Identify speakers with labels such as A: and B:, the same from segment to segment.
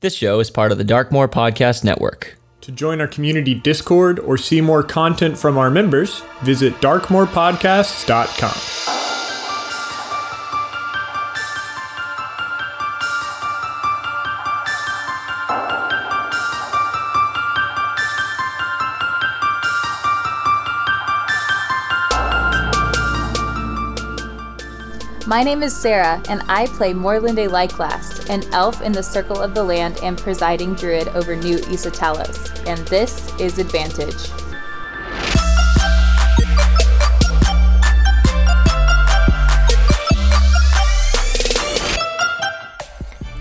A: This show is part of the Darkmoor Podcast Network.
B: To join our community Discord or see more content from our members, visit darkmorepodcasts.com.
C: My name is Sarah, and I play Morlinde Lyclast, an elf in the Circle of the Land and presiding druid over New Issa Talos. And this is Advantage.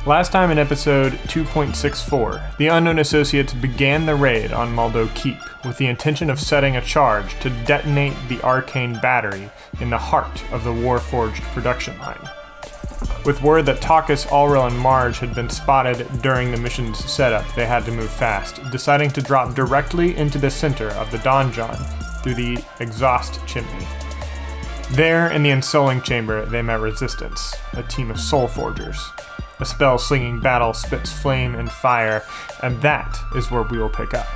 B: Last time in episode 2.64, the Unknown Associates began the raid on Maldo Keep with the intention of setting a charge to detonate the arcane battery in the heart of the Warforged production line. With word that Takas, Alril, and Marge had been spotted during the mission's setup, they had to move fast, deciding to drop directly into the center of the donjon through the exhaust chimney. There, in the Ensouling Chamber, they met Resistance, a team of Soul Forgers. A spell slinging battle spits flame and fire, and that is where we will pick up.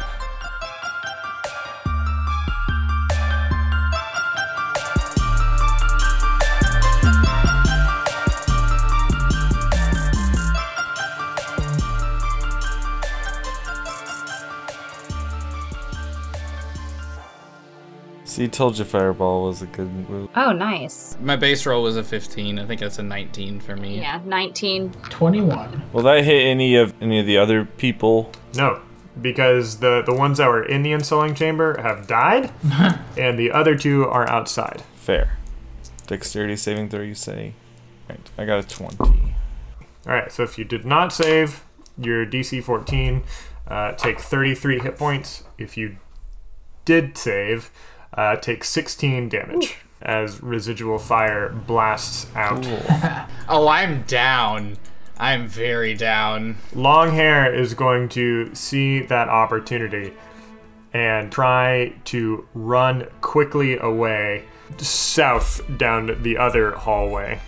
D: See, told you Fireball was a good move.
E: Oh, nice.
F: My base roll was a 15. I think that's a 19 for me.
E: Yeah, 19.
G: 21.
D: Will that hit any of any of the other people?
B: No, because the, the ones that were in the Ensouling Chamber have died, and the other two are outside.
D: Fair. Dexterity saving throw, you say? Right. I got a twenty.
B: All right, so if you did not save your DC 14, uh, take 33 hit points. If you did save, uh, take 16 damage as residual fire blasts out.
F: Oh, I'm down. I'm very down.
B: Long hair is going to see that opportunity and try to run quickly away south down the other hallway.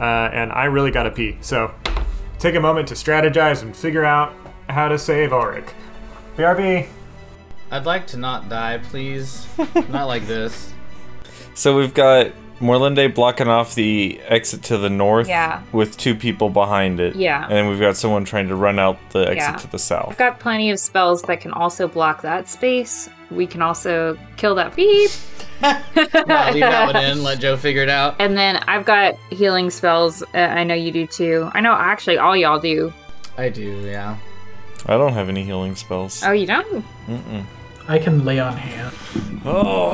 B: Uh, and I really gotta pee. So take a moment to strategize and figure out how to save Ulrich. BRB.
F: I'd like to not die, please. not like this.
D: So we've got Morlinde blocking off the exit to the north
E: Yeah.
D: with two people behind it.
E: Yeah.
D: And then we've got someone trying to run out the exit
E: Yeah.
D: to the
E: I've
D: south.
E: got plenty of spells that can also block that space. We can also kill that beep.
F: I'll leave that one in. Let Joe figure it out.
E: And then I've got healing spells. Uh, I know you do too. I know actually all y'all do.
F: I do, yeah.
D: I don't have any healing spells.
E: Oh, you don't?
G: I can lay on hand.
D: Oh.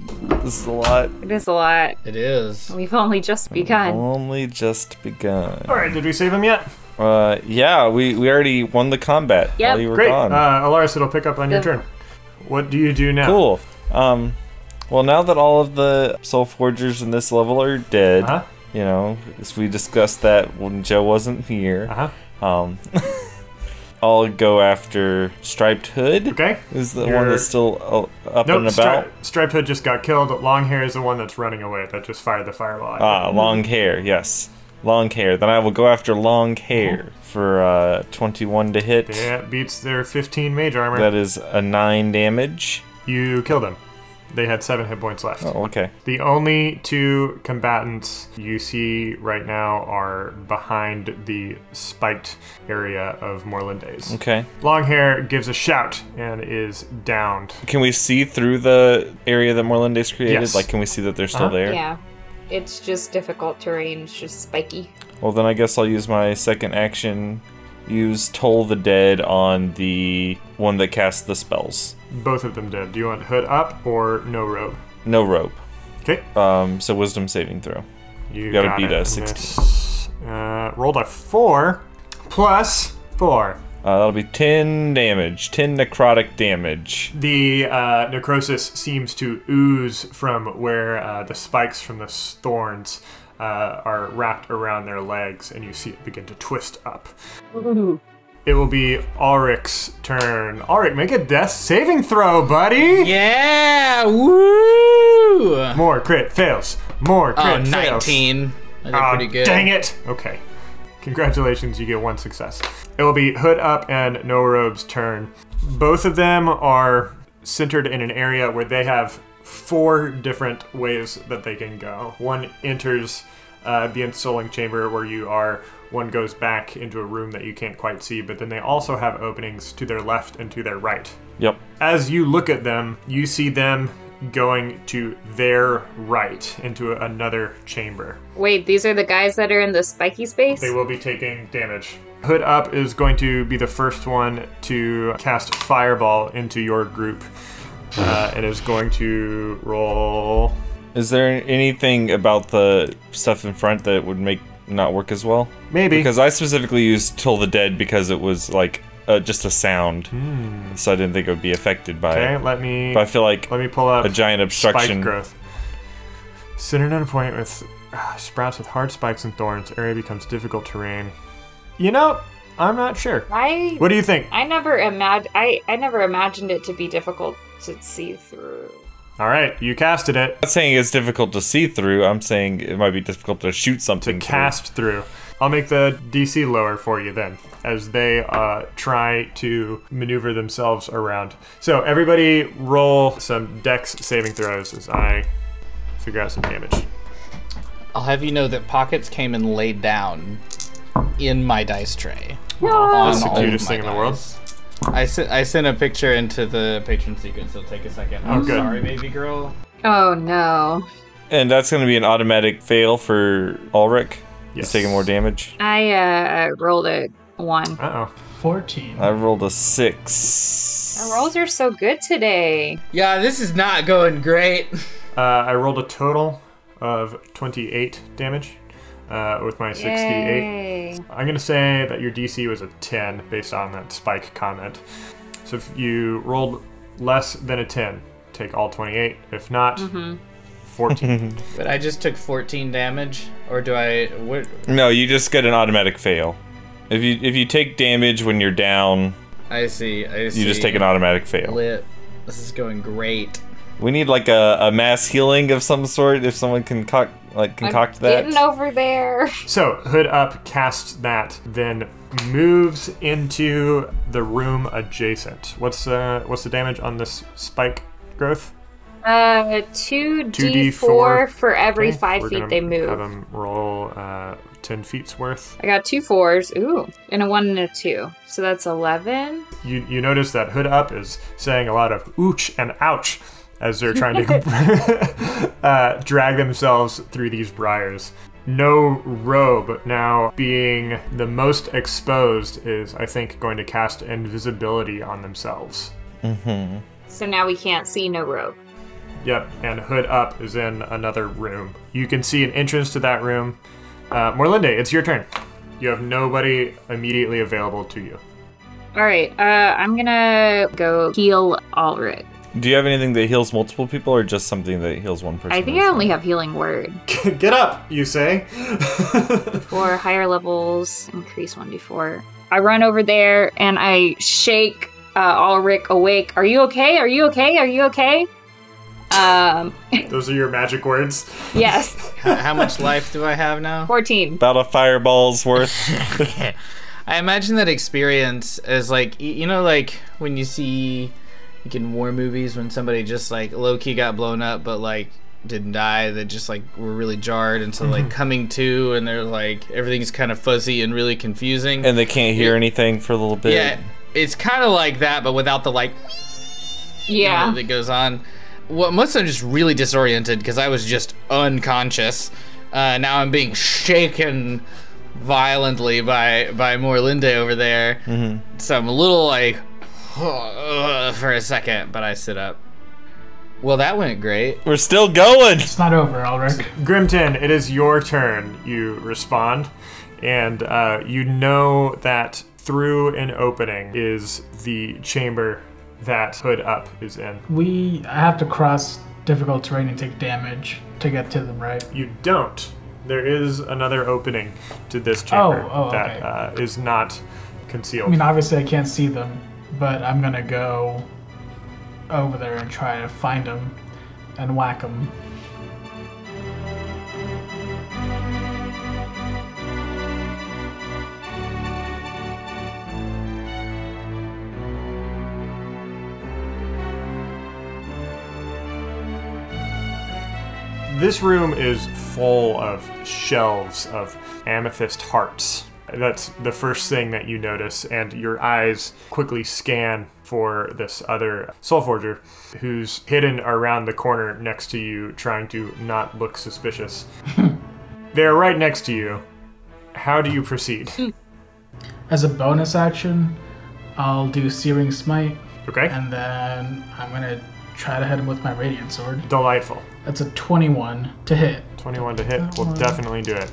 D: this is a lot.
E: It is a lot.
F: It is.
E: We've only just begun.
D: Only just begun.
B: All right, did we save him yet?
D: Uh, yeah, we, we already won the combat
E: Yep.
D: while you were
B: Great.
D: gone.
B: Uh, Alaris, it'll pick up on your
E: Yeah.
B: turn. What do you do now?
D: Cool. Um, well, now that all of the soul forgers in this level are dead,
B: Uh-huh.
D: you know, as we discussed that when Joe wasn't here,
B: Uh-huh.
D: um, I'll go after Striped Hood.
B: Okay.
D: Is the one
B: You're-
D: that's still uh, up
B: Nope,
D: and about?
B: Stri- Stripe Hood just got killed. Long Hair is the one that's running away that just fired the fireball. at you.
D: Ah, long hair. Yes, long hair. Then I will go after long hair for uh, 21 to hit.
B: Uh-huh. Yeah, it beats their 15 mage armor.
D: That is a nine damage.
B: You killed them. They had seven hit points left.
D: Oh, okay.
B: The only two combatants you see right now are behind the spiked area of Morlandes.
D: Okay.
B: Long hair gives a shout and is downed.
D: Can we see through the area that Morlande's created?
B: Yes.
D: Like, can we see that they're still
B: Uh-huh.
D: there?
E: Yeah. It's just difficult terrain. It's just spiky.
D: Well, then I guess I'll use my second action. Use Toll the Dead on the one that cast the spells.
B: Both of them dead. Do you want hood up or no robe?
D: No rope.
B: Okay.
D: Um, so Wisdom saving throw.
B: You
D: gotta
B: got
D: beat
B: it.
D: a
B: Miss. Uh, rolled a four plus four.
D: Uh, that'll be 10 damage. 10 necrotic damage.
B: The uh, necrosis seems to ooze from where uh, the spikes from the s- thorns uh, are wrapped around their legs, and you see it begin to twist up.
H: Ooh.
B: It will be Auric's turn. Auric, make a death saving throw, buddy.
F: Yeah! Woo!
B: More crit fails. More crit
F: Oh,
B: fails.
F: 19. I did pretty good.
B: Oh, Dang it! Okay. Congratulations, you get one success. It will be Hood Up and No Robe's turn. Both of them are centered in an area where they have four different ways that they can go. One enters uh, the ensouling chamber where you are, one goes back into a room that you can't quite see, but then they also have openings to their left and to their right
D: Yep.
B: as you look at them, you see them going to their right into another chamber.
E: Wait, these are the guys that are in the spiky space?
B: They will be taking damage. Hood Up is going to be the first one to cast Fireball into your group. Uh, and is going to roll.
D: Is there anything about the stuff in front that would make not work as well?
B: Maybe.
D: Because I specifically used "Till the Dead" because it was like uh, just a sound, so I didn't think it would be affected by
B: Hmm. okay,
D: it.
B: let me.
D: But I feel like
B: Let me pull up
D: a giant
B: Spike
D: obstruction.
B: growth. Centered on a point with ah, sprouts with hard spikes and thorns, area becomes difficult terrain. You know, I'm not sure.
E: I
B: What do you think?
E: I never imag- I, I never imagined it to be difficult to see through.
B: All right, you casted it.
D: I'm not saying it's difficult to see through. I'm saying it might be difficult to shoot something. through.
B: cast through. I'll make the DC lower for you then, as they uh, try to maneuver themselves around. So everybody, roll some Dex saving throws as I figure out some damage.
F: I'll have you know that pockets came and laid down in my dice tray. On
B: That's the
F: all of
B: cutest
F: my
B: thing in the world.
F: dice. I sent I sent a picture into the patron secret, so take a second. I'm
B: Oh, good.
F: sorry, baby girl.
E: Oh no.
D: And that's going to be an automatic fail for Ulrich.
B: Yes.
D: He's taking more damage.
E: I uh rolled a one.
B: Uh oh.
G: 14.
D: I rolled a six.
E: The rolls are so good today.
F: Yeah, this is not going great.
B: Uh, I rolled a total of 28 damage uh, with my 68.
E: Yay.
B: I'm going to say that your DC was a 10 based on that spike comment. So if you rolled less than a 10, take all 28. If not, 14.
F: But I just took 14 damage, or do I? What?
D: No, you just get an automatic fail. If you if you take damage when you're down,
F: I see. I see.
D: you just take an automatic fail.
F: Lit. This is going great.
D: We need like a, a mass healing of some sort. If someone can concoct like concoct that.
E: Getting over there.
B: so Hood Up casts that, then moves into the room adjacent. What's uh, what's the damage on this spike growth?
E: Uh two D
B: 2d4.
E: four for every
B: Okay,
E: five
B: we're
E: feet
B: gonna
E: they
B: Have
E: move.
B: them roll uh, 10 feet's worth.
E: I got two fours. Ooh. And a one and a two. So that's eleven.
B: you, you notice that Hood Up is saying a lot of ooch and ouch as they're trying to uh, drag themselves through these briars. No robe now being the most exposed is, I think, going to cast invisibility on themselves.
E: So now we can't see no rope.
B: Yep, and Hood Up is in another room. You can see an entrance to that room. Uh, Morlinde, it's your turn. You have nobody immediately available to you.
E: All right, uh, I'm gonna go heal Ulrich.
D: Do you have anything that heals multiple people, or just something that heals one person?
E: I think I only have healing word.
B: Get up, you say.
E: For higher levels, increase 1d4. I run over there and I shake uh, Ulrich awake. Are you okay? Are you okay? Are you okay? Um,
B: Those are your magic words.
E: yes,
F: How- How much life do I have now?
E: 14.
D: about a fireball's worth.
F: I imagine that experience is like y- you know, like when you see like in war movies when somebody just like low key got blown up, but like didn't die. They just like were really jarred, and so like coming to, and they're like everything's kind of fuzzy and really confusing.
D: and they can't hear anything for a little bit.
F: yeah, it's kind of like that, but without the like
E: Yeah.
F: that goes on. Well, must have just really disoriented because I was just unconscious. Uh, now I'm being shaken violently by by Morlinde over there. So I'm a little like for a second, but I sit up. Well, that went great.
D: We're still going.
G: It's not over, Ulrich.
B: Grimton, it is your turn. You respond, and uh, you know that through an opening is the chamber that Hood Up is in.
G: We I have to cross difficult terrain and take damage to get to them, right?
B: You don't. There is another opening to this chamber
G: Oh, oh,
B: that
G: okay.
B: uh, is not
G: I
B: concealed.
G: mean, obviously I can't see them, but I'm gonna go over there and try to find them and whack them.
B: This room is full of shelves of amethyst hearts. That's the first thing that you notice, and your eyes quickly scan for this other soul forger who's hidden around the corner next to you, trying to not look suspicious. They're right next to you. How do you proceed?
G: As a bonus action, I'll do Searing Smite,
B: Okay?
G: and then I'm gonna try to hit him with my Radiant Sword.
B: Delightful.
G: That's a 21 to hit,
B: 21 to hit will definitely do it.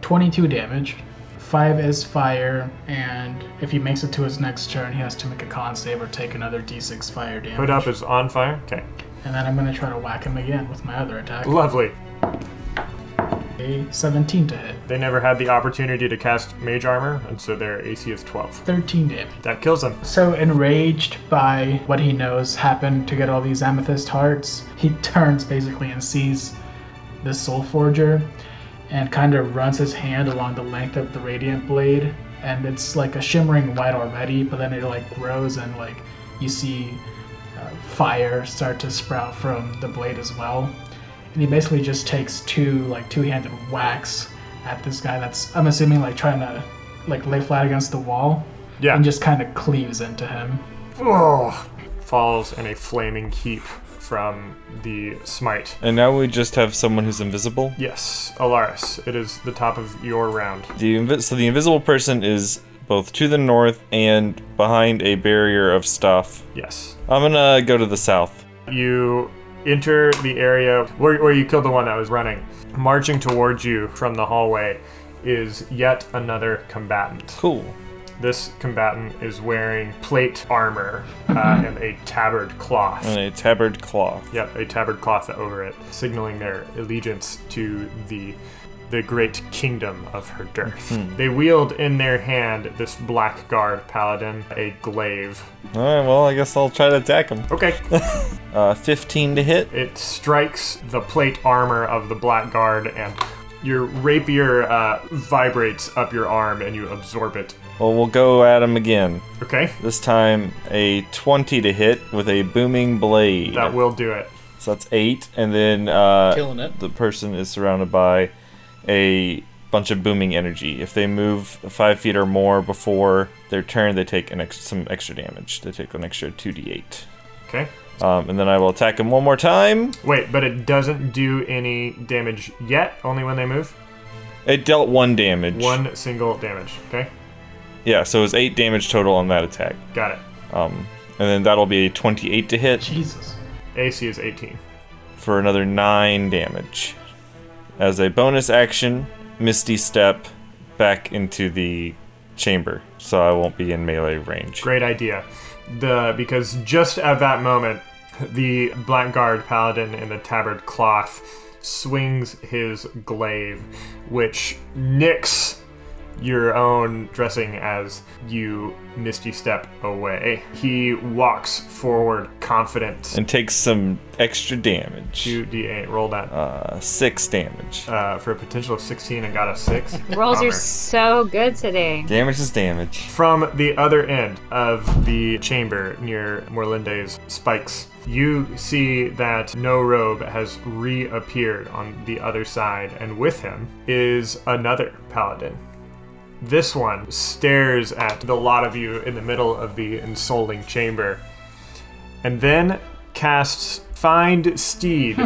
G: 22 damage. 5 is fire, and if he makes it to his next turn, he has to make a con save or take another d6 fire damage.
B: Hood up is on fire. Okay.
G: And then I'm gonna try to whack him again with my other attack.
B: Lovely.
G: A 17 to hit.
B: They never had the opportunity to cast mage armor, and so their AC is 12.
G: 13 damage.
B: That kills him.
G: So enraged by what he knows happened to get all these amethyst hearts, he turns basically and sees the soul forger and kind of runs his hand along the length of the radiant blade and it's like a shimmering white already, but then it like grows and like you see uh, fire start to sprout from the blade as well. And he basically just takes two like two-handed whacks at this guy that's I'm assuming like trying to like lay flat against the wall
B: Yeah.
G: and just kind of cleaves into him.
B: oh, falls in a flaming heap from the smite.
D: And now we just have someone who's invisible.
B: Yes, Alaris, it is the top of your round.
D: The invi- so the invisible person is both to the north and behind a barrier of stuff.
B: Yes.
D: I'm gonna go to the south.
B: You enter the area where, where you killed the one that was running. Marching towards you from the hallway is yet another combatant.
D: Cool.
B: This combatant is wearing plate armor uh, and a tabard cloth.
D: And a tabard cloth.
B: Yep, a tabard cloth over it, signaling their allegiance to the the great kingdom of her dearth. They wield in their hand this blackguard paladin, a glaive.
D: All right. Well, I guess I'll try to attack him.
B: Okay.
D: Uh, 15 to hit.
B: it strikes the plate armor of the blackguard, and your rapier uh, vibrates up your arm, and you absorb it.
D: Well, we'll go at him again.
B: Okay,
D: This time a 20 to hit with a booming blade.
B: that will do it.
D: so that's eight, and then uh,
F: Killing it.
D: the person is surrounded by a bunch of booming energy. If they move five feet or more before their turn, they take an ex- some extra damage. They take an extra 2d8.
B: Okay.
D: Um, and then I will attack him one more time.
B: Wait, but it doesn't do any damage yet. Only when they move.
D: It dealt one damage.
B: One single damage. Okay.
D: Yeah, so it was eight damage total on that attack.
B: Got it.
D: Um, and then that'll be a 28 to hit
G: Jesus.
B: AC is 18.
D: for another nine damage. As a bonus action, Misty Step back into the chamber, so I won't be in melee range.
B: Great idea. The because just at that moment, the blackguard paladin in the tabard cloth swings his glaive, which nicks your own dressing as you misty step away. He walks forward confident.
D: And takes some extra damage.
B: 2d8, roll that
D: Uh, six damage.
B: uh, for a potential of 16 and got a 6.
E: Rolls are
B: Bummer.
E: so good today.
D: Damage is damage.
B: From the other end of the chamber near Morlinde's spikes, you see that No Robe has reappeared on the other side, and with him is another paladin. This one stares at the lot of you in the middle of the ensoling chamber, and then casts Find Steed,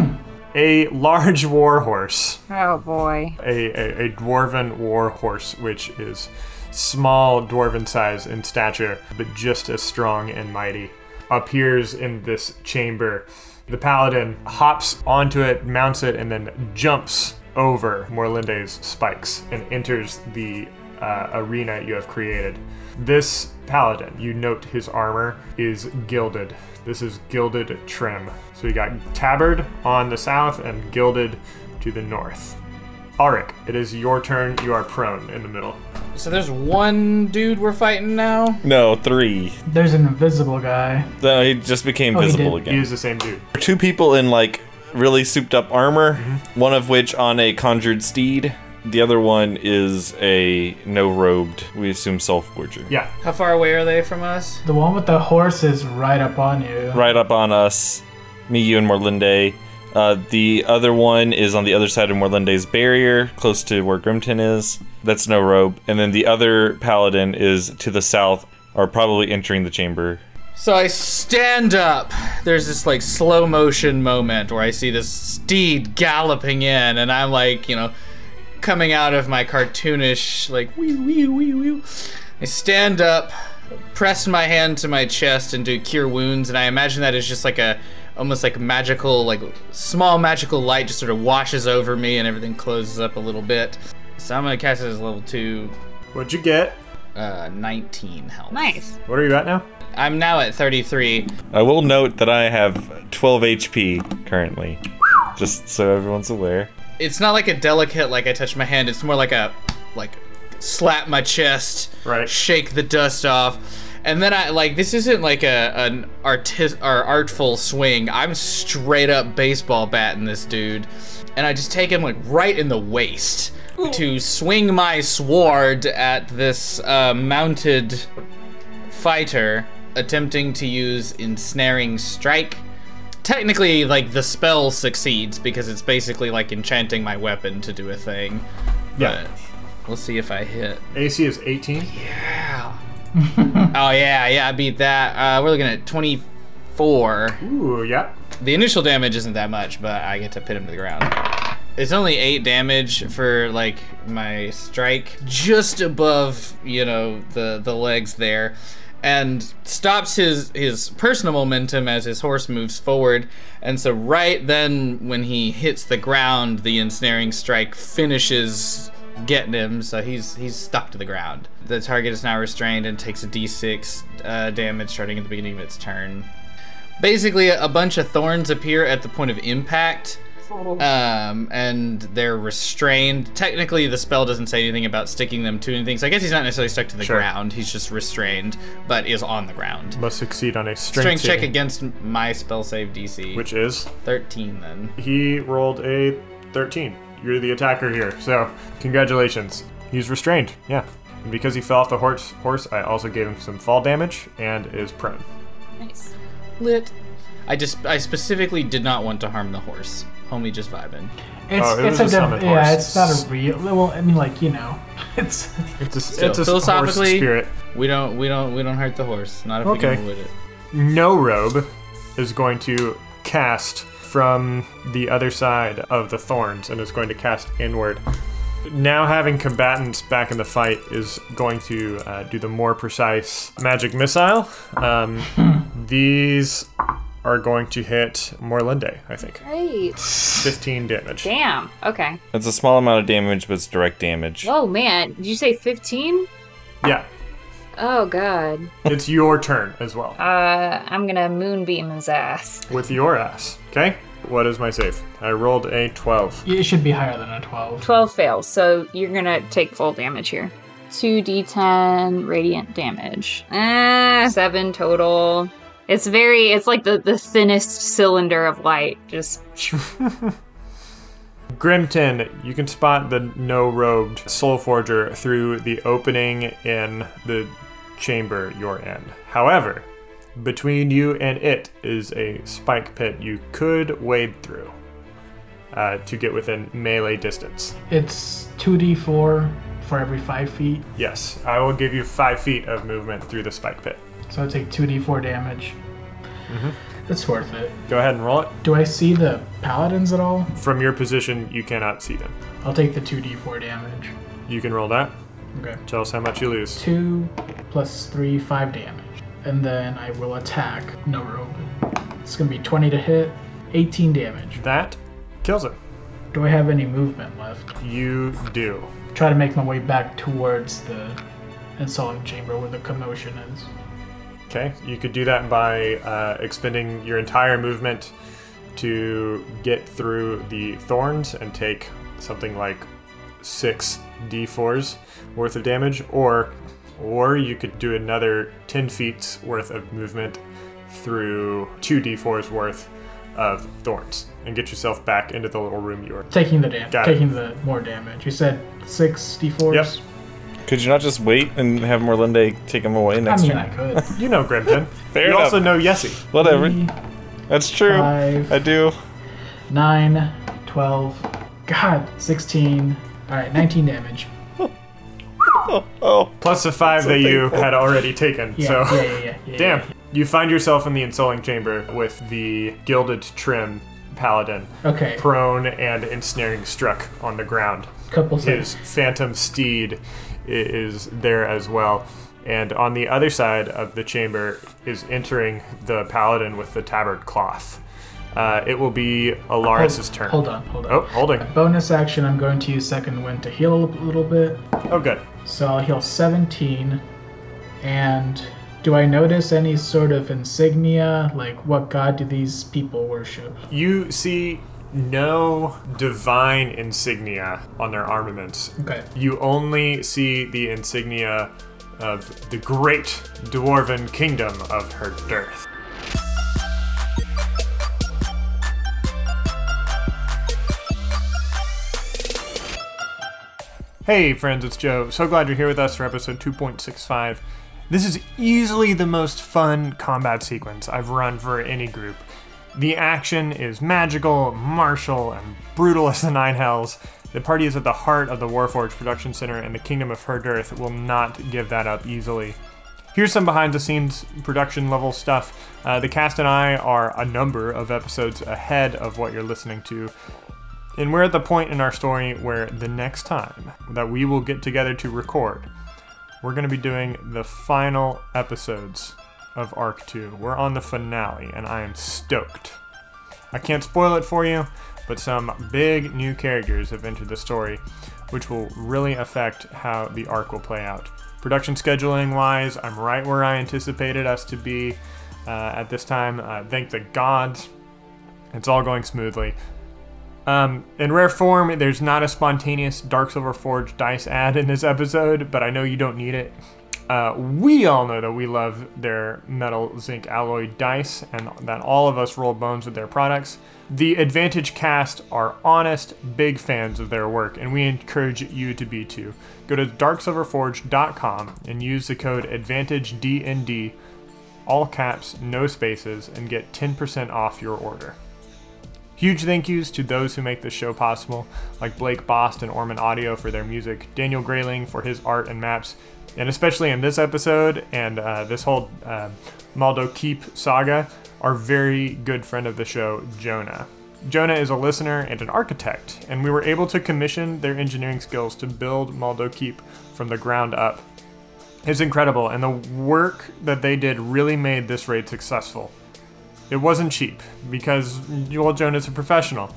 B: a large warhorse
E: Oh boy.
B: a, a, a dwarven war horse, which is small dwarven size in stature, but just as strong and mighty, appears in this chamber. The paladin hops onto it, mounts it, and then jumps over Morlinde's spikes and enters the uh, arena you have created. This paladin, you note his armor is gilded. This is gilded trim. So you got tabard on the south and gilded to the north. Auric, it is your turn. You are prone in the middle.
F: So there's one dude we're fighting now.
D: No, three.
G: There's an invisible guy.
D: No, he just became
G: he
D: visible
G: did.
D: again.
B: He is the same dude.
D: two people in like really souped up armor, one of which on a conjured steed. The other one is a no robed, we assume self forger.
B: Yeah.
F: How far away are they from us?
G: The one with the horse is right up on you.
D: Right up on us, me, you, and Morlinde. Uh, the other one is on the other side of Morlinde's barrier, close to where Grimton is. That's no robe. And then the other paladin is to the south, or probably entering the chamber.
F: So I stand up. There's this like slow motion moment where I see this steed galloping in, and I'm like, you know, coming out of my cartoonish like wee wee wee wee. I stand up, press my hand to my chest, and do cure wounds. And I imagine that is just like a almost like magical, like small magical light just sort of washes over me, and everything closes up a little bit. So I'm gonna cast it as level two,
B: What'd you get?
F: uh, 19 health.
E: Nice.
B: What are you at now?
F: I'm now at 33.
D: I will note that I have 12 HP currently, just so everyone's aware.
F: it's not like a delicate like I touch my hand. It's more like a like slap my chest,
B: Right.
F: Shake the dust off, and then I like this isn't like a an artist or artful swing. I'm straight up baseball batting this dude, and I just take him like right in the waist to swing my sword at this uh, mounted fighter attempting to use ensnaring strike technically like the spell succeeds because it's basically like enchanting my weapon to do a thing.
B: Yeah.
F: We'll see if I hit.
B: AC is 18.
F: Oh yeah, yeah, I beat that. Uh, we're looking at 24.
B: Ooh, yeah.
F: The initial damage isn't that much, but I get to pin him to the ground. It's only eight damage for like my strike, just above you know the the legs there, and stops his his personal momentum as his horse moves forward. And so right then when he hits the ground, the ensnaring strike finishes getting him, so he's he's stuck to the ground. The target is now restrained and takes a d6 uh, damage starting at the beginning of its turn. Basically, a bunch of thorns appear at the point of impact um, and they're restrained. Technically, the spell doesn't say anything about sticking them to anything, so I guess he's not necessarily stuck to the
B: Sure.
F: ground. He's just restrained, but is on the ground.
B: Must succeed on a strength,
F: Strength check
B: saving,
F: against my spell save DC,
B: Which is?
F: 13 then.
B: He rolled a 13. You're the attacker here, so congratulations. He's restrained, yeah. And because he fell off the horse, horse, I also gave him some fall damage and is prone.
E: Nice.
F: Lit. I just I specifically did not want to harm the horse. Homie just vibing.
G: It's,
B: Oh, it
G: it's
B: was a
G: diff-
B: summon
G: yeah,
B: horse.
G: it's not a real. Well, I mean, like you know, it's
B: It's a,
F: Still,
B: it's a
F: philosophically-
B: horse spirit.
F: We don't we don't we don't hurt the horse. Not if we
B: Okay.
F: can avoid it.
B: No Robe is going to cast from the other side of the thorns and is going to cast inward. Now, having combatants back in the fight is going to uh, do the more precise magic missile. Um, these are going to hit Morlinde, I think.
E: Great.
B: 15 damage.
E: Damn. Okay.
D: It's a small amount of damage, but it's direct damage.
E: Oh man, did you say 15?
B: Yeah,
E: Oh god.
B: it's your turn as well
E: Uh, I'm gonna moonbeam his ass.
B: with your ass. Okay? What is my save? I rolled a 12.
G: it should be higher than a twelve.
E: 12 fails, so you're gonna take full damage here. 2d10 radiant damage. Ah, 7 total. It's very, it's like the, the thinnest cylinder of light. Just,
B: Grimton, you can spot the no robed soul forger through the opening in the chamber you're in. However, between you and it is a spike pit you could wade through uh, to get within melee distance.
G: It's two d four for every five feet,
B: Yes, I will give you five feet of movement through the spike pit.
G: so I take two d four damage.
B: Mm-hmm.
G: It's worth it.
B: Go ahead and roll it.
G: Do I see the paladins at all?
B: From your position, you cannot see them.
G: I'll take the two d four damage.
B: You can roll that.
G: Okay.
B: Tell us how much you lose.
G: Two plus three, five damage, and then I will attack. No robe. It's gonna be twenty to hit, eighteen damage.
B: That kills it.
G: Do I have any movement left?
B: You do.
G: try to make my way back towards the installing chamber where the commotion is.
B: Okay, you could do that by uh, expending your entire movement to get through the thorns and take something like six d4s worth of damage, or or you could do another 10 feet worth of movement through two d4s worth of thorns and get yourself back into the little room you were.
G: Taking the damage.
B: Got it.
G: Taking the more damage. You said six d4s.
B: Yep.
D: Could you not just wait and have Morlinde take him away
G: I
D: next
G: mean,
D: turn?
G: I could.
B: You know Grimton.
D: Fair
B: you
D: enough.
B: also know Yessi.
D: Whatever. That's true.
G: Five.
D: I do.
G: 9, 12, God, 16. All right, 19 damage.
D: Oh,
B: Plus the five that you had already taken.
G: Yeah,
B: so
G: yeah, yeah, yeah, yeah.
B: Damn. You find yourself in the insulting chamber with the gilded trim paladin,
G: Okay,
B: prone and ensnaring struck on the ground.
G: couple
B: His
G: saves.
B: phantom steed i- is there as well. And on the other side of the chamber is entering the paladin with the tabard cloth. Uh, it will be Alaris's turn.
G: Hold on, hold on.
B: Oh, holding.
G: Bonus action, I'm going to use second wind to heal a little bit.
B: Oh, good.
G: So I'll heal 17. And do I notice any sort of insignia? Like, what god do these people worship?
B: You see no divine insignia on their armaments
G: Okay.
B: you only see the insignia of the great dwarven kingdom of her dearth. Hey, friends, it's Joe. So glad you're here with us for episode 2.65. This is easily the most fun combat sequence I've run for any group. The action is magical, martial, and brutal as the Nine Hells. The party is at the heart of the Warforged Production Center, and the Kingdom of Herdirth will not give that up easily. Here's some behind the scenes production level stuff. Uh, the cast and I are a number of episodes ahead of what you're listening to, and we're at the point in our story where the next time that we will get together to record, we're going to be doing the final episodes of Arc 2. We're on the finale, and I am stoked. I can't spoil it for you, but some big new characters have entered the story, which will really affect how the arc will play out. Production scheduling wise, I'm right where I anticipated us to be uh, at this time. Uh, thank the gods. It's all going smoothly. Um, in rare form, there's not a spontaneous Dark Silver Forge dice ad in this episode, but I know you don't need it. Uh, we all know that we love their metal zinc alloy dice and that all of us roll bones with their products. The Advantage cast are honest, big fans of their work, and we encourage you to be too. Go to darksilverforge.com and use the code AdvantageDND, all caps, no spaces, and get 10% off your order. Huge thank yous to those who make this show possible, like Blake Bost and Orman Audio for their music, Daniel Grayling for his art and maps, and especially in this episode and uh, this whole uh, Maldo Keep saga, our very good friend of the show, Jonah. Jonah is a listener and an architect, and we were able to commission their engineering skills to build Maldo Keep from the ground up. It's incredible, and the work that they did really made this raid successful. It wasn't cheap because Joel Jonah's a professional.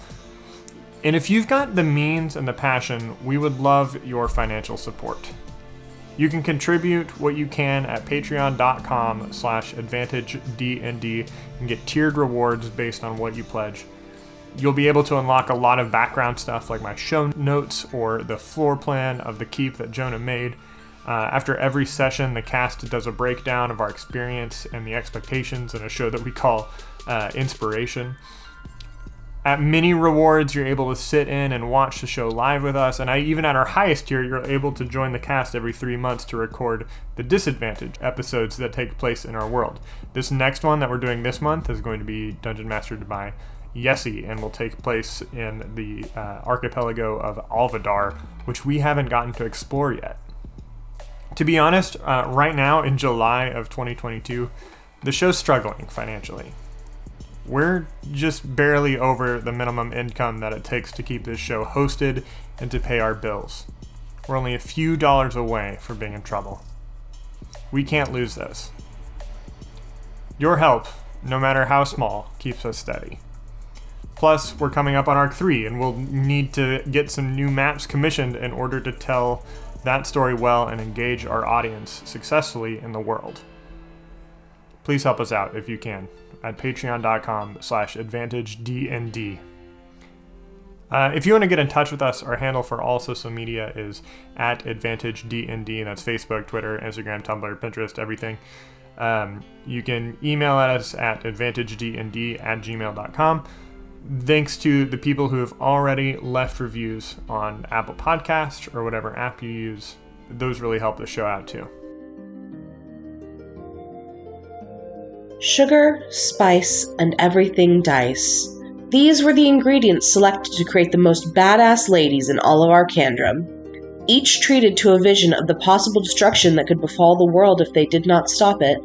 B: And if you've got the means and the passion, we would love your financial support. You can contribute what you can at patreon.com slash advantagednd and get tiered rewards based on what you pledge. You'll be able to unlock a lot of background stuff like my show notes or the floor plan of the keep that Jonah made. Uh, after every session, the cast does a breakdown of our experience and the expectations in a show that we call uh, Inspiration. At many rewards, you're able to sit in and watch the show live with us, and I, even at our highest tier, you're able to join the cast every three months to record the disadvantage episodes that take place in our world. This next one that we're doing this month is going to be Dungeon Mastered by Yessi and will take place in the uh, archipelago of Alvadar, which we haven't gotten to explore yet to be honest, uh, right now in July of 2022, the show's struggling financially. We're just barely over the minimum income that it takes to keep this show hosted and to pay our bills. We're only a few dollars away from being in trouble. We can't lose this. Your help, no matter how small, keeps us steady. Plus, we're coming up on Arc 3, and we'll need to get some new maps commissioned in order to tell that story well and engage our audience successfully in the world. Please help us out if you can at patreon.com slash advantagednd. Uh, if you want to get in touch with us, our handle for all social media is at Advantage DND, and that's Facebook, Twitter, Instagram, Tumblr, Pinterest, everything. Um, you can email at us at advantagednd at gmail.com. Thanks to the people who have already left reviews on Apple Podcasts or whatever app you use. Those really help the show out too.
H: Sugar, spice, and everything dice. These were the ingredients selected to create the most badass ladies in all of Arcandrum. Each treated to a vision of the possible destruction that could befall the world if they did not stop it.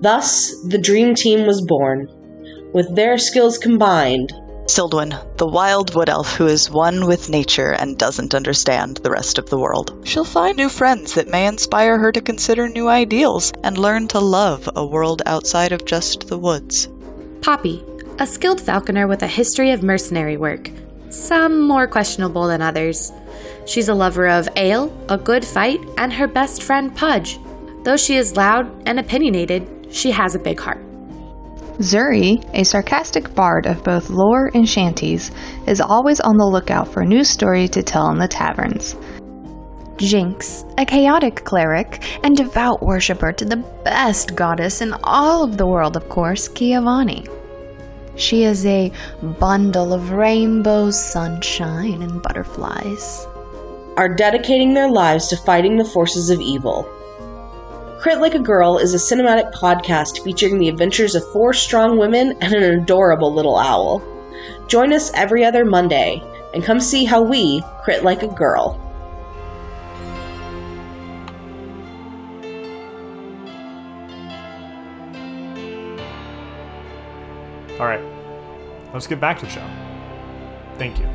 H: Thus, the dream team was born. With their skills combined,
I: Sildwin, the wild wood elf who is one with nature and doesn't understand the rest of the world. She'll find new friends that may inspire her to consider new ideals and learn to love a world outside of just the woods.
J: Poppy, a skilled falconer with a history of mercenary work, some more questionable than others. She's a lover of ale, a good fight, and her best friend Pudge. Though she is loud and opinionated, she has a big heart.
K: Zuri, a sarcastic bard of both lore and shanties, is always on the lookout for a new story to tell in the taverns. Jinx, a chaotic cleric and devout worshipper to the best goddess in all of the world, of course, Giovanni. She is a bundle of rainbows, sunshine, and butterflies.
H: are dedicating their lives to fighting the forces of evil. Crit Like a Girl is a cinematic podcast featuring the adventures of four strong women and an adorable little owl. Join us every other Monday and come see how we crit like a girl.
B: All right, let's get back to the show. Thank you.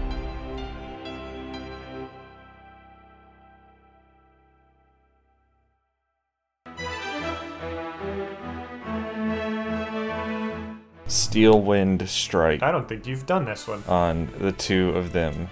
D: Steel wind strike
B: I don't think you've done this one.
D: on the two of them.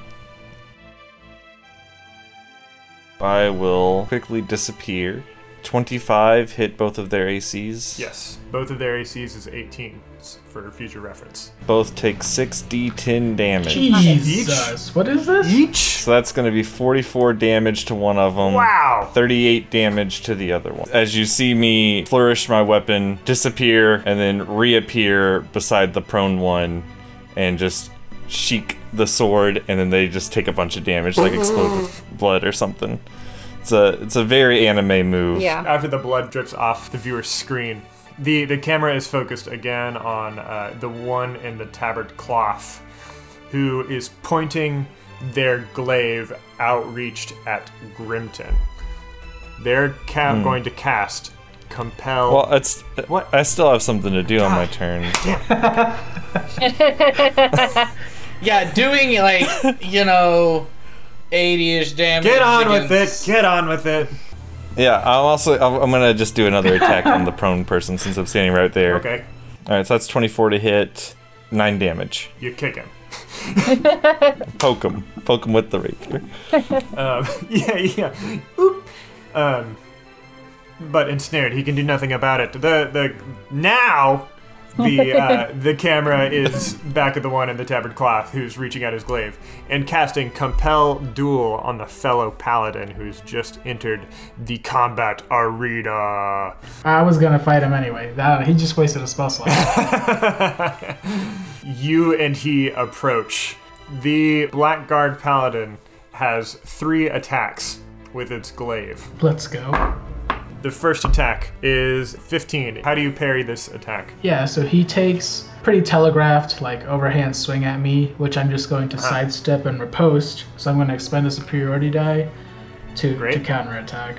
D: I will quickly disappear. 25 hit both of their ACs.
B: Yes, both of their ACs is 18 s- for future reference.
D: Both take 6d10 damage.
G: Jesus, what is this?
B: Each?
D: So that's going to be 44 damage to one of them.
B: Wow.
D: 38 damage to the other one. As you see me flourish my weapon, disappear, and then reappear beside the prone one and just sheik the sword, and then they just take a bunch of damage, like explode with blood or something. It's a, it's a very anime move.
E: Yeah.
B: After the blood drips off the viewer's screen, the, the camera is focused again on uh, the one in the tabard cloth who is pointing their glaive outreached at Grimton. They're ca- going to cast Compel.
D: Well, it's
B: What?
D: I still have something to do on my turn.
F: Yeah, doing like, you know, 80 ish damage.
B: get on with it!
F: against-
B: Get on with it!
D: Yeah, I'll also I'm I'm gonna just do another attack on the prone person since I'm standing right there.
B: Okay,
D: All right, so that's 24 to hit, nine damage.
B: you kick him.
D: Poke him, poke him with the rapier.
B: Um, yeah, yeah. Oop. Um, but ensnared, he can do nothing about it. The the now the uh, the camera is back at the one in the tabard cloth who's reaching out his glaive and casting compel duel on the fellow paladin who's just entered the combat arena.
G: I was gonna fight him anyway. That, he just wasted a spell slot.
B: you and he approach. The blackguard paladin has three attacks with its glaive.
G: Let's go.
B: The first attack is 15. How do you parry this attack?
G: Yeah, so he takes pretty telegraphed, like overhand swing at me, which I'm just going to sidestep and riposte. So I'm going to expend a superiority die to to
B: Great.
G: counterattack.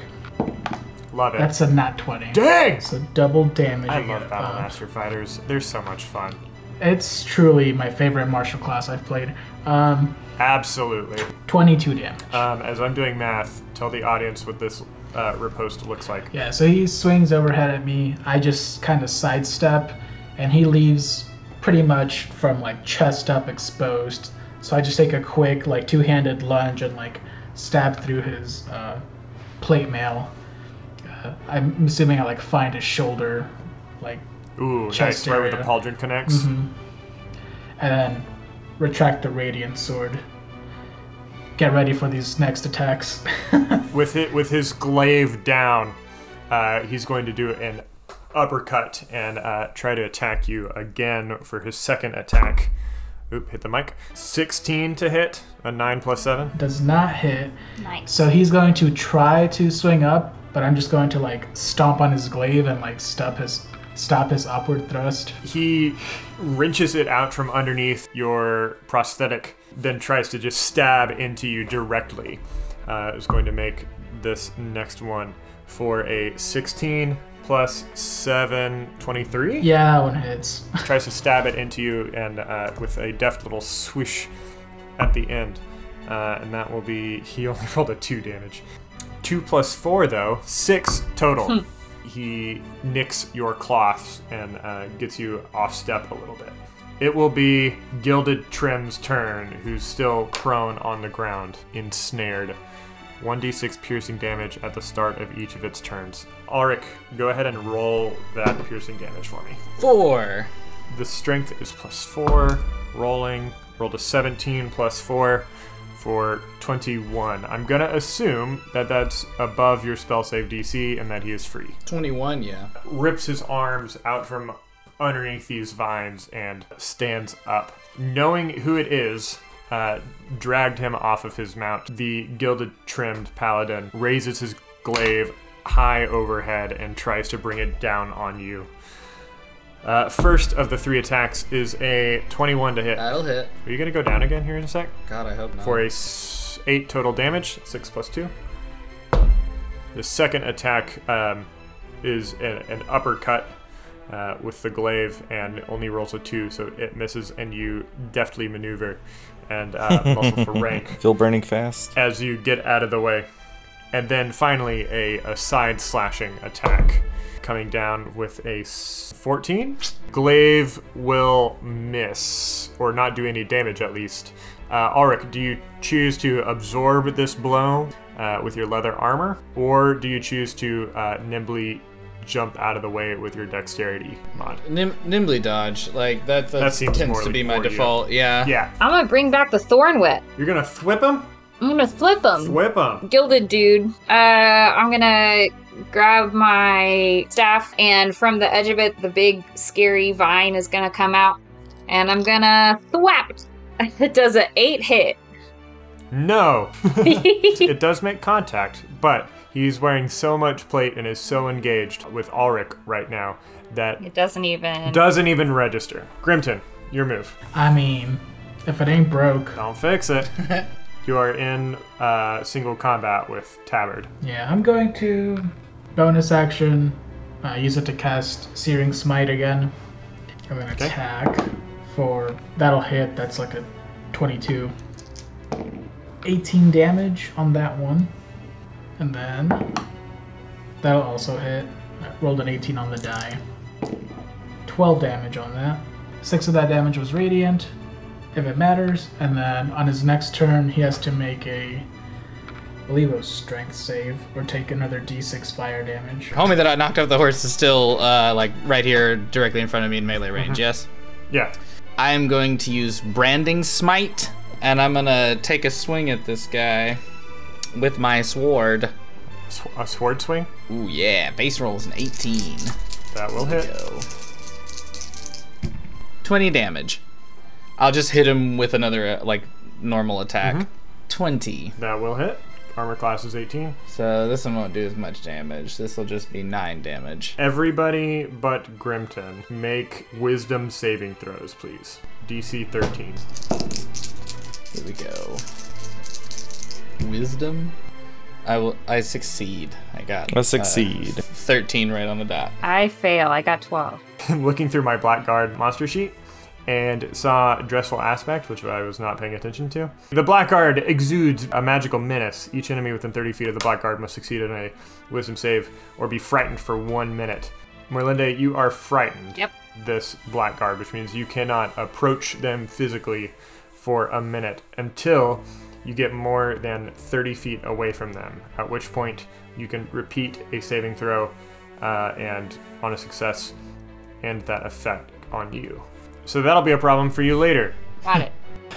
B: Love it.
G: That's a nat 20.
B: Dang!
G: So double damage.
B: I
G: again.
B: love Battle
G: Uh,
B: Master Fighters. They're so much fun.
G: It's truly my favorite martial class I've played. Um,
B: Absolutely.
G: 22 damage.
B: Um, as I'm doing math, tell the audience what this uh, riposte looks like.
G: Yeah, so he swings overhead at me. I just kind of sidestep, and he leaves pretty much from like chest up exposed. So I just take a quick like two-handed lunge and like stab through his uh, plate mail. Uh, I'm assuming I like find his shoulder, like,
B: Ooh,
G: Chest
B: nice. Right where the
G: area. Mm-hmm.
B: pauldron connects.
G: and then retract the radiant sword. get ready for these next attacks.
B: with it with his glaive down, uh, he's going to do an uppercut and uh, try to attack you again for his second attack. Oop, hit the mic. 16 to hit, a 9 plus 7.
G: Does not hit.
E: Nice.
G: So he's going to try to swing up, but I'm just going to like stomp on his glaive and like stop his stop his upward thrust.
B: He wrenches it out from underneath your prosthetic, then tries to just stab into you directly. Uh, is going to make this next one for a 16 plus 7, 23.
G: Yeah, that one hits.
B: tries to stab it into you and uh, with a deft little swish at the end uh, and that will be he only rolled a 2 damage 2 plus 4 though 6 total he nicks your cloths and uh, gets you off step a little bit it will be gilded trim's turn who's still prone on the ground ensnared 1d6 piercing damage at the start of each of its turns. Auric, go ahead and roll that piercing damage for me.
F: Four.
B: The strength is plus four. Rolling. Rolled a 17 plus four for 21. I'm going to assume that that's above your spell save DC and that he is free.
F: 21, yeah.
B: Rips his arms out from underneath these vines and stands up. Knowing who it is, uh, dragged him off of his mount. The gilded trimmed paladin raises his glaive high overhead and tries to bring it down on you. Uh, first of the three attacks is a 21 to hit. Are
F: That'll hit.
B: you going to go down again here in a sec?
F: God, I hope not.
B: For a s- 8 total damage, 6 plus 2. The second attack um, is an, an uppercut uh, with the glaive and only rolls a 2, so it misses, and you deftly maneuver and uh, muscle for rank
D: Feel burning fast.
B: as you get out of the way. And then finally, a, a side slashing attack coming down with a s- 14. Glaive will miss, or not do any damage at least. Uh, Auric, do you choose to absorb this blow uh, with your leather armor, or do you choose to uh, nimbly jump out of the way with your dexterity mod?
F: Nim- nimbly dodge, like that. That,
B: That seems
F: tends
B: more
F: to be my
B: for you.
F: default. Yeah.
B: Yeah.
E: I'm gonna bring back the thorn whip.
B: You're gonna thwip him?
E: I'm gonna flip him.
B: Thwip him.
E: Gilded dude. Uh, I'm gonna grab my staff, and from the edge of it, the big scary vine is gonna come out, and I'm gonna thwap. it. It does an eight hit.
B: No. it does make contact, but he's wearing so much plate and is so engaged with Ulrich right now that
E: it doesn't even.
B: doesn't even register. Grimton, your move.
G: I mean, if it ain't broke,
B: Don't fix it. you are in uh, single combat with Tabard.
G: yeah, I'm going to bonus action. Uh, use it to cast Searing Smite again. I'm gonna attack for that'll hit. That's like a 22. 18 damage on that one, and then that'll also hit. I rolled an 18 on the die. 12 damage on that. Six of that damage was radiant, if it matters. And then on his next turn, he has to make a, I believe it was strength save, or take another d6 fire damage.
F: Homie that I knocked off the horse is still uh, like right here, directly in front of me in melee range. Yes.
B: Yeah.
F: I am going to use branding smite, and I'm gonna take a swing at this guy with my sword.
B: Sw- a sword swing.
F: Ooh yeah, base roll is an 18.
B: That will hit.
F: Go. 20 damage. I'll just hit him with another uh, like normal attack.
D: Mm-hmm.
F: 20.
B: That will hit. Armor class is 18.
F: So this one won't do as much damage. This will just be 9 damage.
D: Eh.
B: Everybody but Grimton, make wisdom saving throws, please. DC 13.
F: Here we go. Wisdom. I will I succeed. I got
D: I
F: uh,
D: succeed.
F: 13 right on the dot.
E: I fail. I got twelve.
B: looking through my Blackguard monster sheet and saw Dressful Aspect, which I was not paying attention to. The Blackguard exudes a magical menace. Each enemy within 30 feet of the Blackguard must succeed in a wisdom save or be frightened for one minute. Merlinda, you are frightened.
E: Yep.
B: This Blackguard, which means you cannot approach them physically for a minute until you get more than 30 feet away from them, at which point you can repeat a saving throw uh, and on a success and that effect on you. So that'll be a problem for you later.
E: Got it.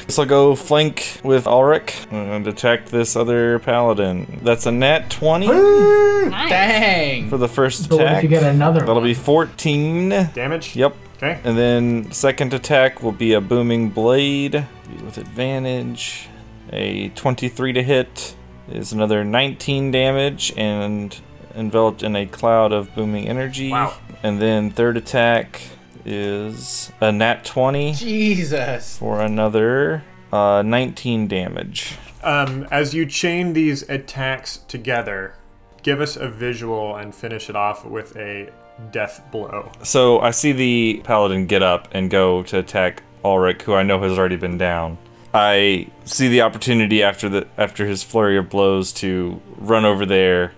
D: So I'll go flank with Ulrich and attack this other paladin. That's a nat 20
F: Dang.
D: for the first
G: But
D: attack.
G: what if you get another
D: That'll be 14.
B: Damage?
D: Yep.
B: Okay.
D: And then second attack will be a booming blade with advantage. A 23 to hit is another 19 damage and enveloped in a cloud of booming energy.
B: Wow.
D: And then third attack is a nat 20
F: Jesus.
D: for another uh, 19 damage.
B: Um, as you chain these attacks together, give us a visual and finish it off with a death blow.
D: So I see the paladin get up and go to attack Ulrich, who I know has already been down. I see the opportunity after the after his flurry of blows to run over there,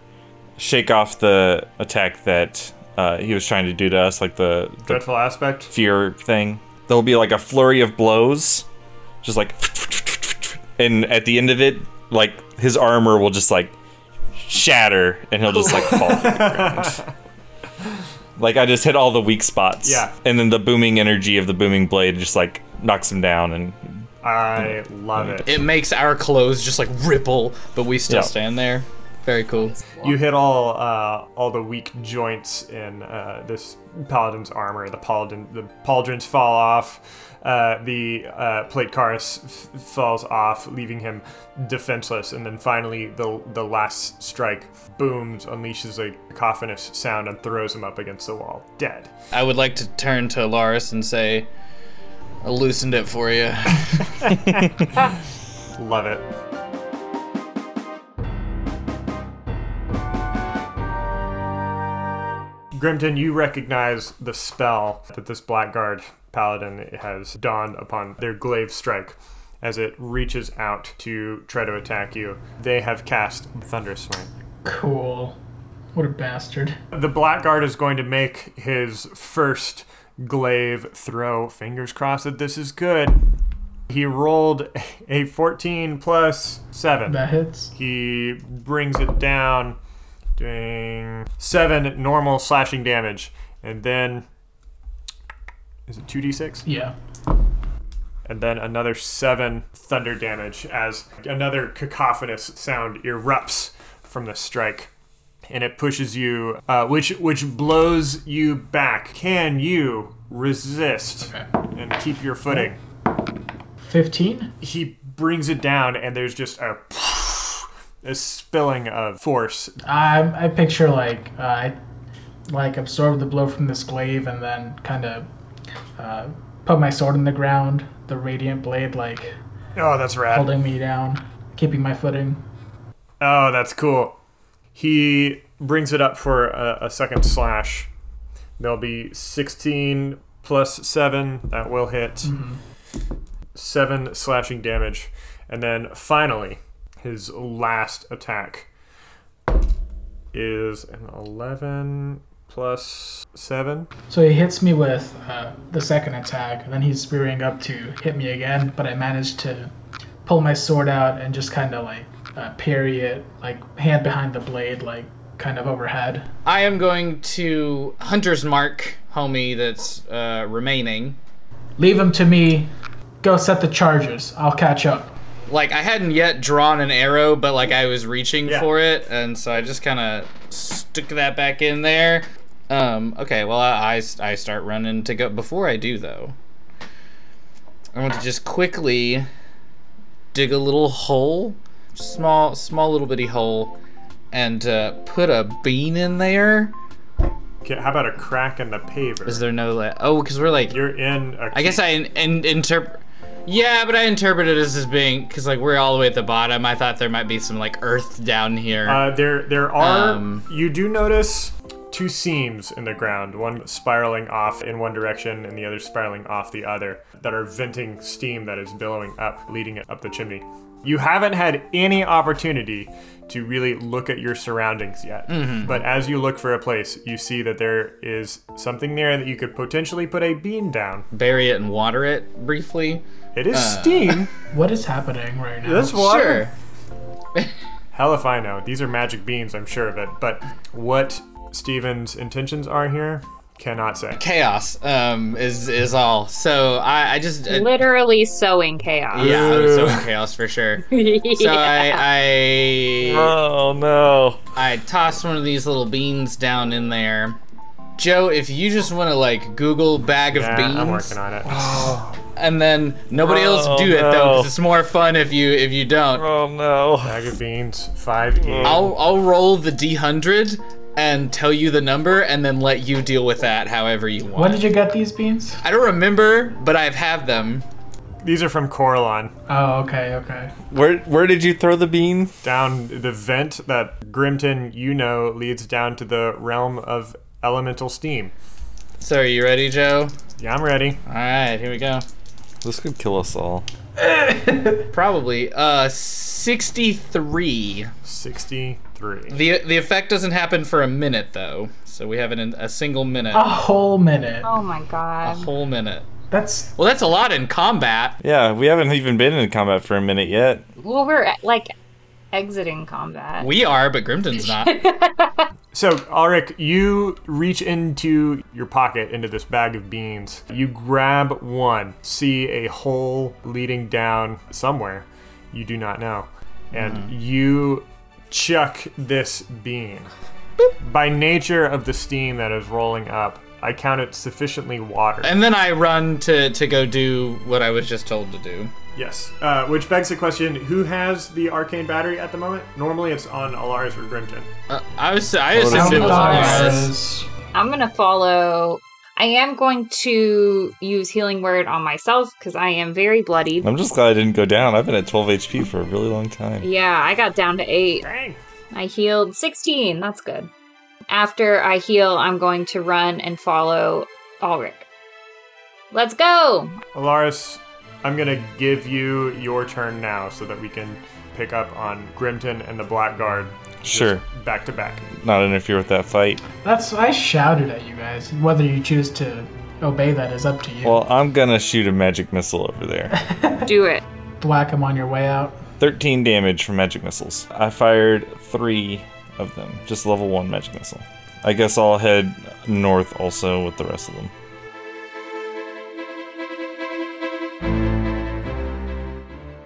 D: shake off the attack that uh, he was trying to do to us, like the, the
B: Dreadful aspect.
D: fear thing. There'll be like a flurry of blows, just like, and at the end of it, like his armor will just like shatter, and he'll just like fall to the ground. Like I just hit all the weak spots.
B: Yeah.
D: And then the booming energy of the booming blade just like knocks him down, and
B: I love
D: Mm.
B: it.
F: It makes our clothes just like ripple, but we still
D: Yeah.
F: stand there. Very cool.
B: You hit all uh, all the weak joints in uh, this paladin's armor. The paladin the pauldrons fall off. Uh, the uh, plate carus f- falls off, leaving him defenseless. And then finally, the the last strike booms, unleashes a cacophonous sound, and throws him up against the wall, dead.
F: I would like to turn to Laris and say, I loosened it for you.
B: Love it. Grimton, you recognize the spell that this Blackguard Paladin has dawned upon their glaive strike as it reaches out to try to attack you. They have cast Thunder Swing.
G: Cool. What a bastard.
B: The Blackguard is going to make his first glaive throw. Fingers crossed that this is good. He rolled a 14 plus 7.
G: That hits.
B: He brings it down, doing seven normal slashing damage, and then is it two d six?
G: Yeah.
B: And then another seven thunder damage as another cacophonous sound erupts from the strike, and it pushes you, uh, which which blows you back. Can you resist and keep your footing?
G: 15?
B: He brings it down, and there's just a. A spilling of force
G: I, I picture like uh, I like absorb the blow from this glaive and then kind of uh, put my sword in the ground, the radiant blade like
B: Oh, that's rad.
G: holding me down, keeping my footing.
B: Oh, that's cool. He brings it up for a, a second slash. There'll be 16 plus 7. That will hit.
F: Mm-hmm.
B: 7 slashing damage. And then finally, his last attack is an 11 plus 7.
G: So he hits me with uh, the second attack, and then he's spearing up to hit me again, but I managed to pull my sword out and just kind of like uh, parry it, like hand behind the blade, like kind of overhead.
F: I am going to Hunter's Mark, homie, that's uh, remaining.
G: Leave him to me. Go set the charges. I'll catch up.
F: Like, I hadn't yet drawn an arrow, but like I was reaching
B: Yeah.
F: for it, and so I just kind of stuck that back in there. Um, okay, well, I, I, I start running to go. Before I do, though, I want to just quickly dig a little hole, small, small little bitty hole, and uh, put a bean in there.
B: Okay, how about a crack in the paver?
F: Is there no like? Oh, because we're like
B: You're in a.
F: I guess I in, in, interpret. Yeah, but I interpreted it as being because like we're all the way at the bottom. I thought there might be some like earth down here.
B: Uh, there, there are.
F: Um,
B: you do notice two seams in the ground, one spiraling off in one direction and the other spiraling off the other, that are venting steam that is billowing up, leading it up the chimney. You haven't had any opportunity to really look at your surroundings yet.
F: Mm-hmm.
B: But as you look for a place, you see that there is something there that you could potentially put a bean down.
F: Bury it and water it briefly.
B: It is steam.
G: What is happening right now?
B: This water.
F: Uh, Sure.
B: Hell if I know. These are magic beans, I'm sure of it. But what Steven's intentions are here, Cannot say.
F: chaos um, is is all. So I, I just I,
E: Literally sowing chaos.
F: yeah, I was so in chaos for sure. So I I,
D: Oh no.
F: I tossed one of these little beans down in there. Joe, if you just want to like Google bag of
B: Yeah,
F: beans, Oh.
B: I'm working on it.
F: and then nobody else
D: Oh,
F: do it though,
D: no.
F: because it's more fun if you if you don't.
D: Oh no.
B: Bag of beans, five E.
F: I'll I'll roll the d hundred and tell you the number, and then let you deal with that however you want.
G: When did you get these beans?
F: I don't remember, but I've had them.
B: These are from Coralon.
G: Oh, okay, okay.
D: Where where did you throw the bean?
B: Down the vent that Grimton, you know, leads down to the realm of elemental steam.
F: So are you ready, Joe?
B: Yeah, I'm ready.
F: All right, here we go.
D: This could kill us all.
F: Probably. Uh, 63.
B: 63.
F: The the effect doesn't happen for a minute though, so we have it in a single minute,
G: A whole minute.
E: Oh my
F: a
E: god.
F: whole minute.
G: That's
F: Well, that's a lot in combat.
D: Yeah, we haven't even been in combat for a minute yet.
E: Well, we're like exiting combat.
F: We are, but Grimton's not.
B: So, Ulrich, you reach into your pocket, into this bag of beans. You grab one, see a hole leading down somewhere. You do not know. And you chuck this bean. By nature of the steam that is rolling up, I count it sufficiently water.
F: and then I run to to go do what I was just told to do.
B: Yes, uh, which begs the question: Who has the arcane battery at the moment? Normally, it's on Alaris or Grimton.
F: Uh, I was I assumed it was
G: Alaris.
F: Alaris.
E: I'm gonna follow. I am going to use healing word on myself because I am very bloodied.
D: I'm just glad I didn't go down. I've been at 12 HP for a really long time.
E: Yeah, I got down to eight.
B: Dang!
E: I healed 16. That's good. After I heal, I'm going to run and follow Ulrich. Let's go!
B: Alaris, I'm gonna give you your turn now, so that we can pick up on Grimton and the Blackguard
D: Sure,
B: back to back.
D: not interfere with that fight.
G: That's I shouted at you guys. Whether you choose to obey that is up to you.
D: Well, I'm gonna shoot a magic missile over there.
E: Do it.
G: Black them on your way out.
D: 13 damage from magic missiles. I fired three of them, just level one magic missile. I guess I'll head north also with the rest of them.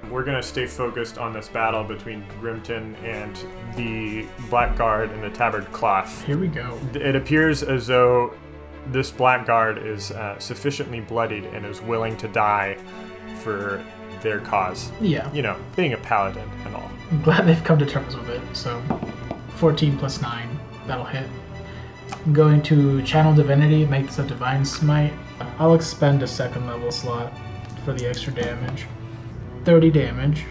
B: We're gonna stay focused on this battle between Grimton and the Blackguard and the Tabard Cloth.
G: Here we go.
B: It appears as though this Blackguard is uh, sufficiently bloodied and is willing to die for their cause.
G: Yeah.
B: You know, being a paladin and all.
G: I'm glad they've come to terms with it. So, 14 plus 9, that'll hit. I'm going to Channel Divinity, make this a Divine Smite. I'll expend a second level slot for the extra damage. 30 damage.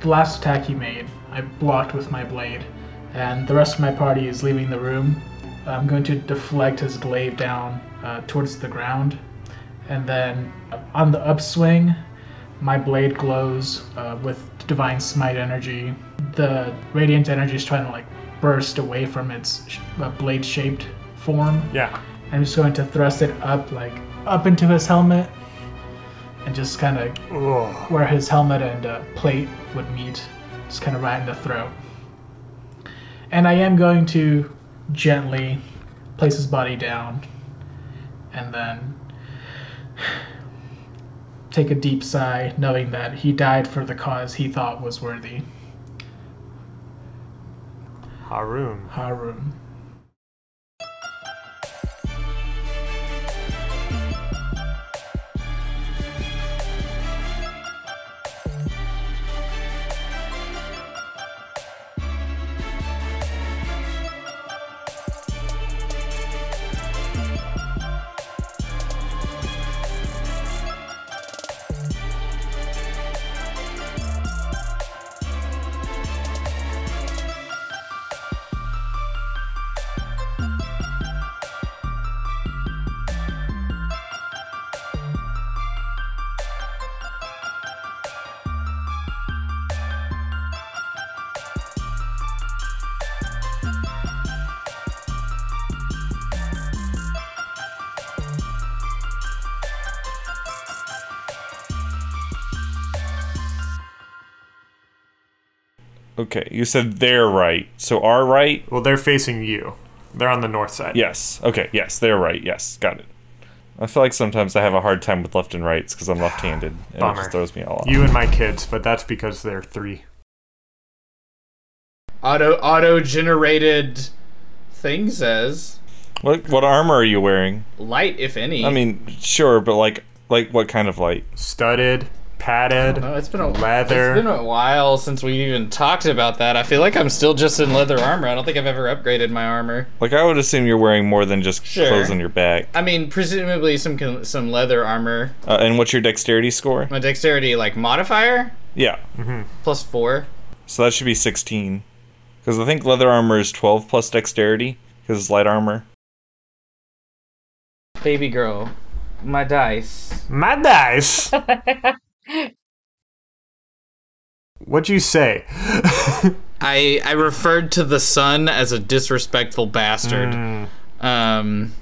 G: The last attack he made, I blocked with my blade, and the rest of my party is leaving the room. I'm going to deflect his blade down uh, towards the ground, and then on the upswing, my blade glows uh, with divine smite energy. The radiant energy is trying to like burst away from its sh- uh, blade-shaped form.
B: Yeah.
G: I'm just going to thrust it up, like up into his helmet, and just kind of
B: Ugh.
G: where his helmet and uh, plate would meet, just kind of right in the throat. And I am going to gently place his body down and then take a deep sigh, knowing that he died for the cause he thought was worthy.
B: Harum.
G: Harum.
D: Okay, you said they're right. So our right?
B: Well, they're facing you. They're on the north side.
D: Yes. Okay. Yes, they're right. Yes, got it. I feel like sometimes I have a hard time with left and rights because I'm left-handed, and it
B: Bummer.
D: just throws me all off.
B: You and my kids, but that's because they're three.
F: Auto auto generated thing says
D: What what armor are you wearing?
F: light, if any.
D: I mean, sure, but like like what kind of light?
B: Studded, padded,
F: No, Oh, it's been a
B: leather.
F: It's been a while since we even talked about that. I feel like I'm still just in leather armor. I don't think I've ever upgraded my armor.
D: Like I would assume you're wearing more than just
F: Sure.
D: clothes on your back.
F: I mean, presumably some con- some leather armor.
D: Uh, and what's your dexterity score?
F: My dexterity like modifier
D: Yeah.
F: plus four.
D: So that should be 16. Because I think leather armor is 12 plus dexterity, because it's light armor.
F: Baby girl, my dice.
B: My dice. What'd you say?
F: I I referred to the sun as a disrespectful bastard.
B: Mm.
F: Um,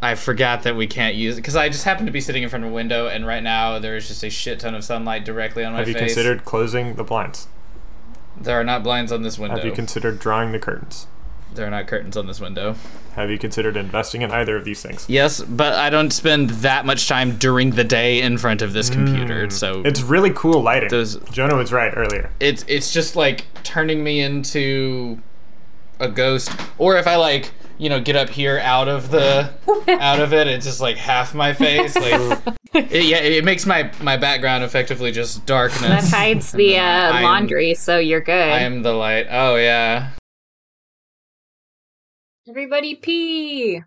F: I forgot that we can't use it because I just happened to be sitting in front of a window, and right now there is just a shit ton of sunlight directly on my
B: Have you
F: face.
B: considered closing the blinds?
F: There are not blinds on this window.
B: Have you considered drawing the curtains?
F: there are not curtains on this window.
B: Have you considered investing in either of these things?
F: Yes, but I don't spend that much time during the day in front of
B: Mm.
F: this computer, so
B: It's really cool lighting.
F: Does-
B: Jonah was right earlier.
F: it's it's just like turning me into a ghost or if i like you know get up here out of the out of it it's just like half my face like it, yeah it makes my my background effectively just
E: That
F: darkness
E: hides the
F: I
E: uh,
F: am-
E: laundry, so you're good.
F: i am the light oh yeah
E: Everybody pee.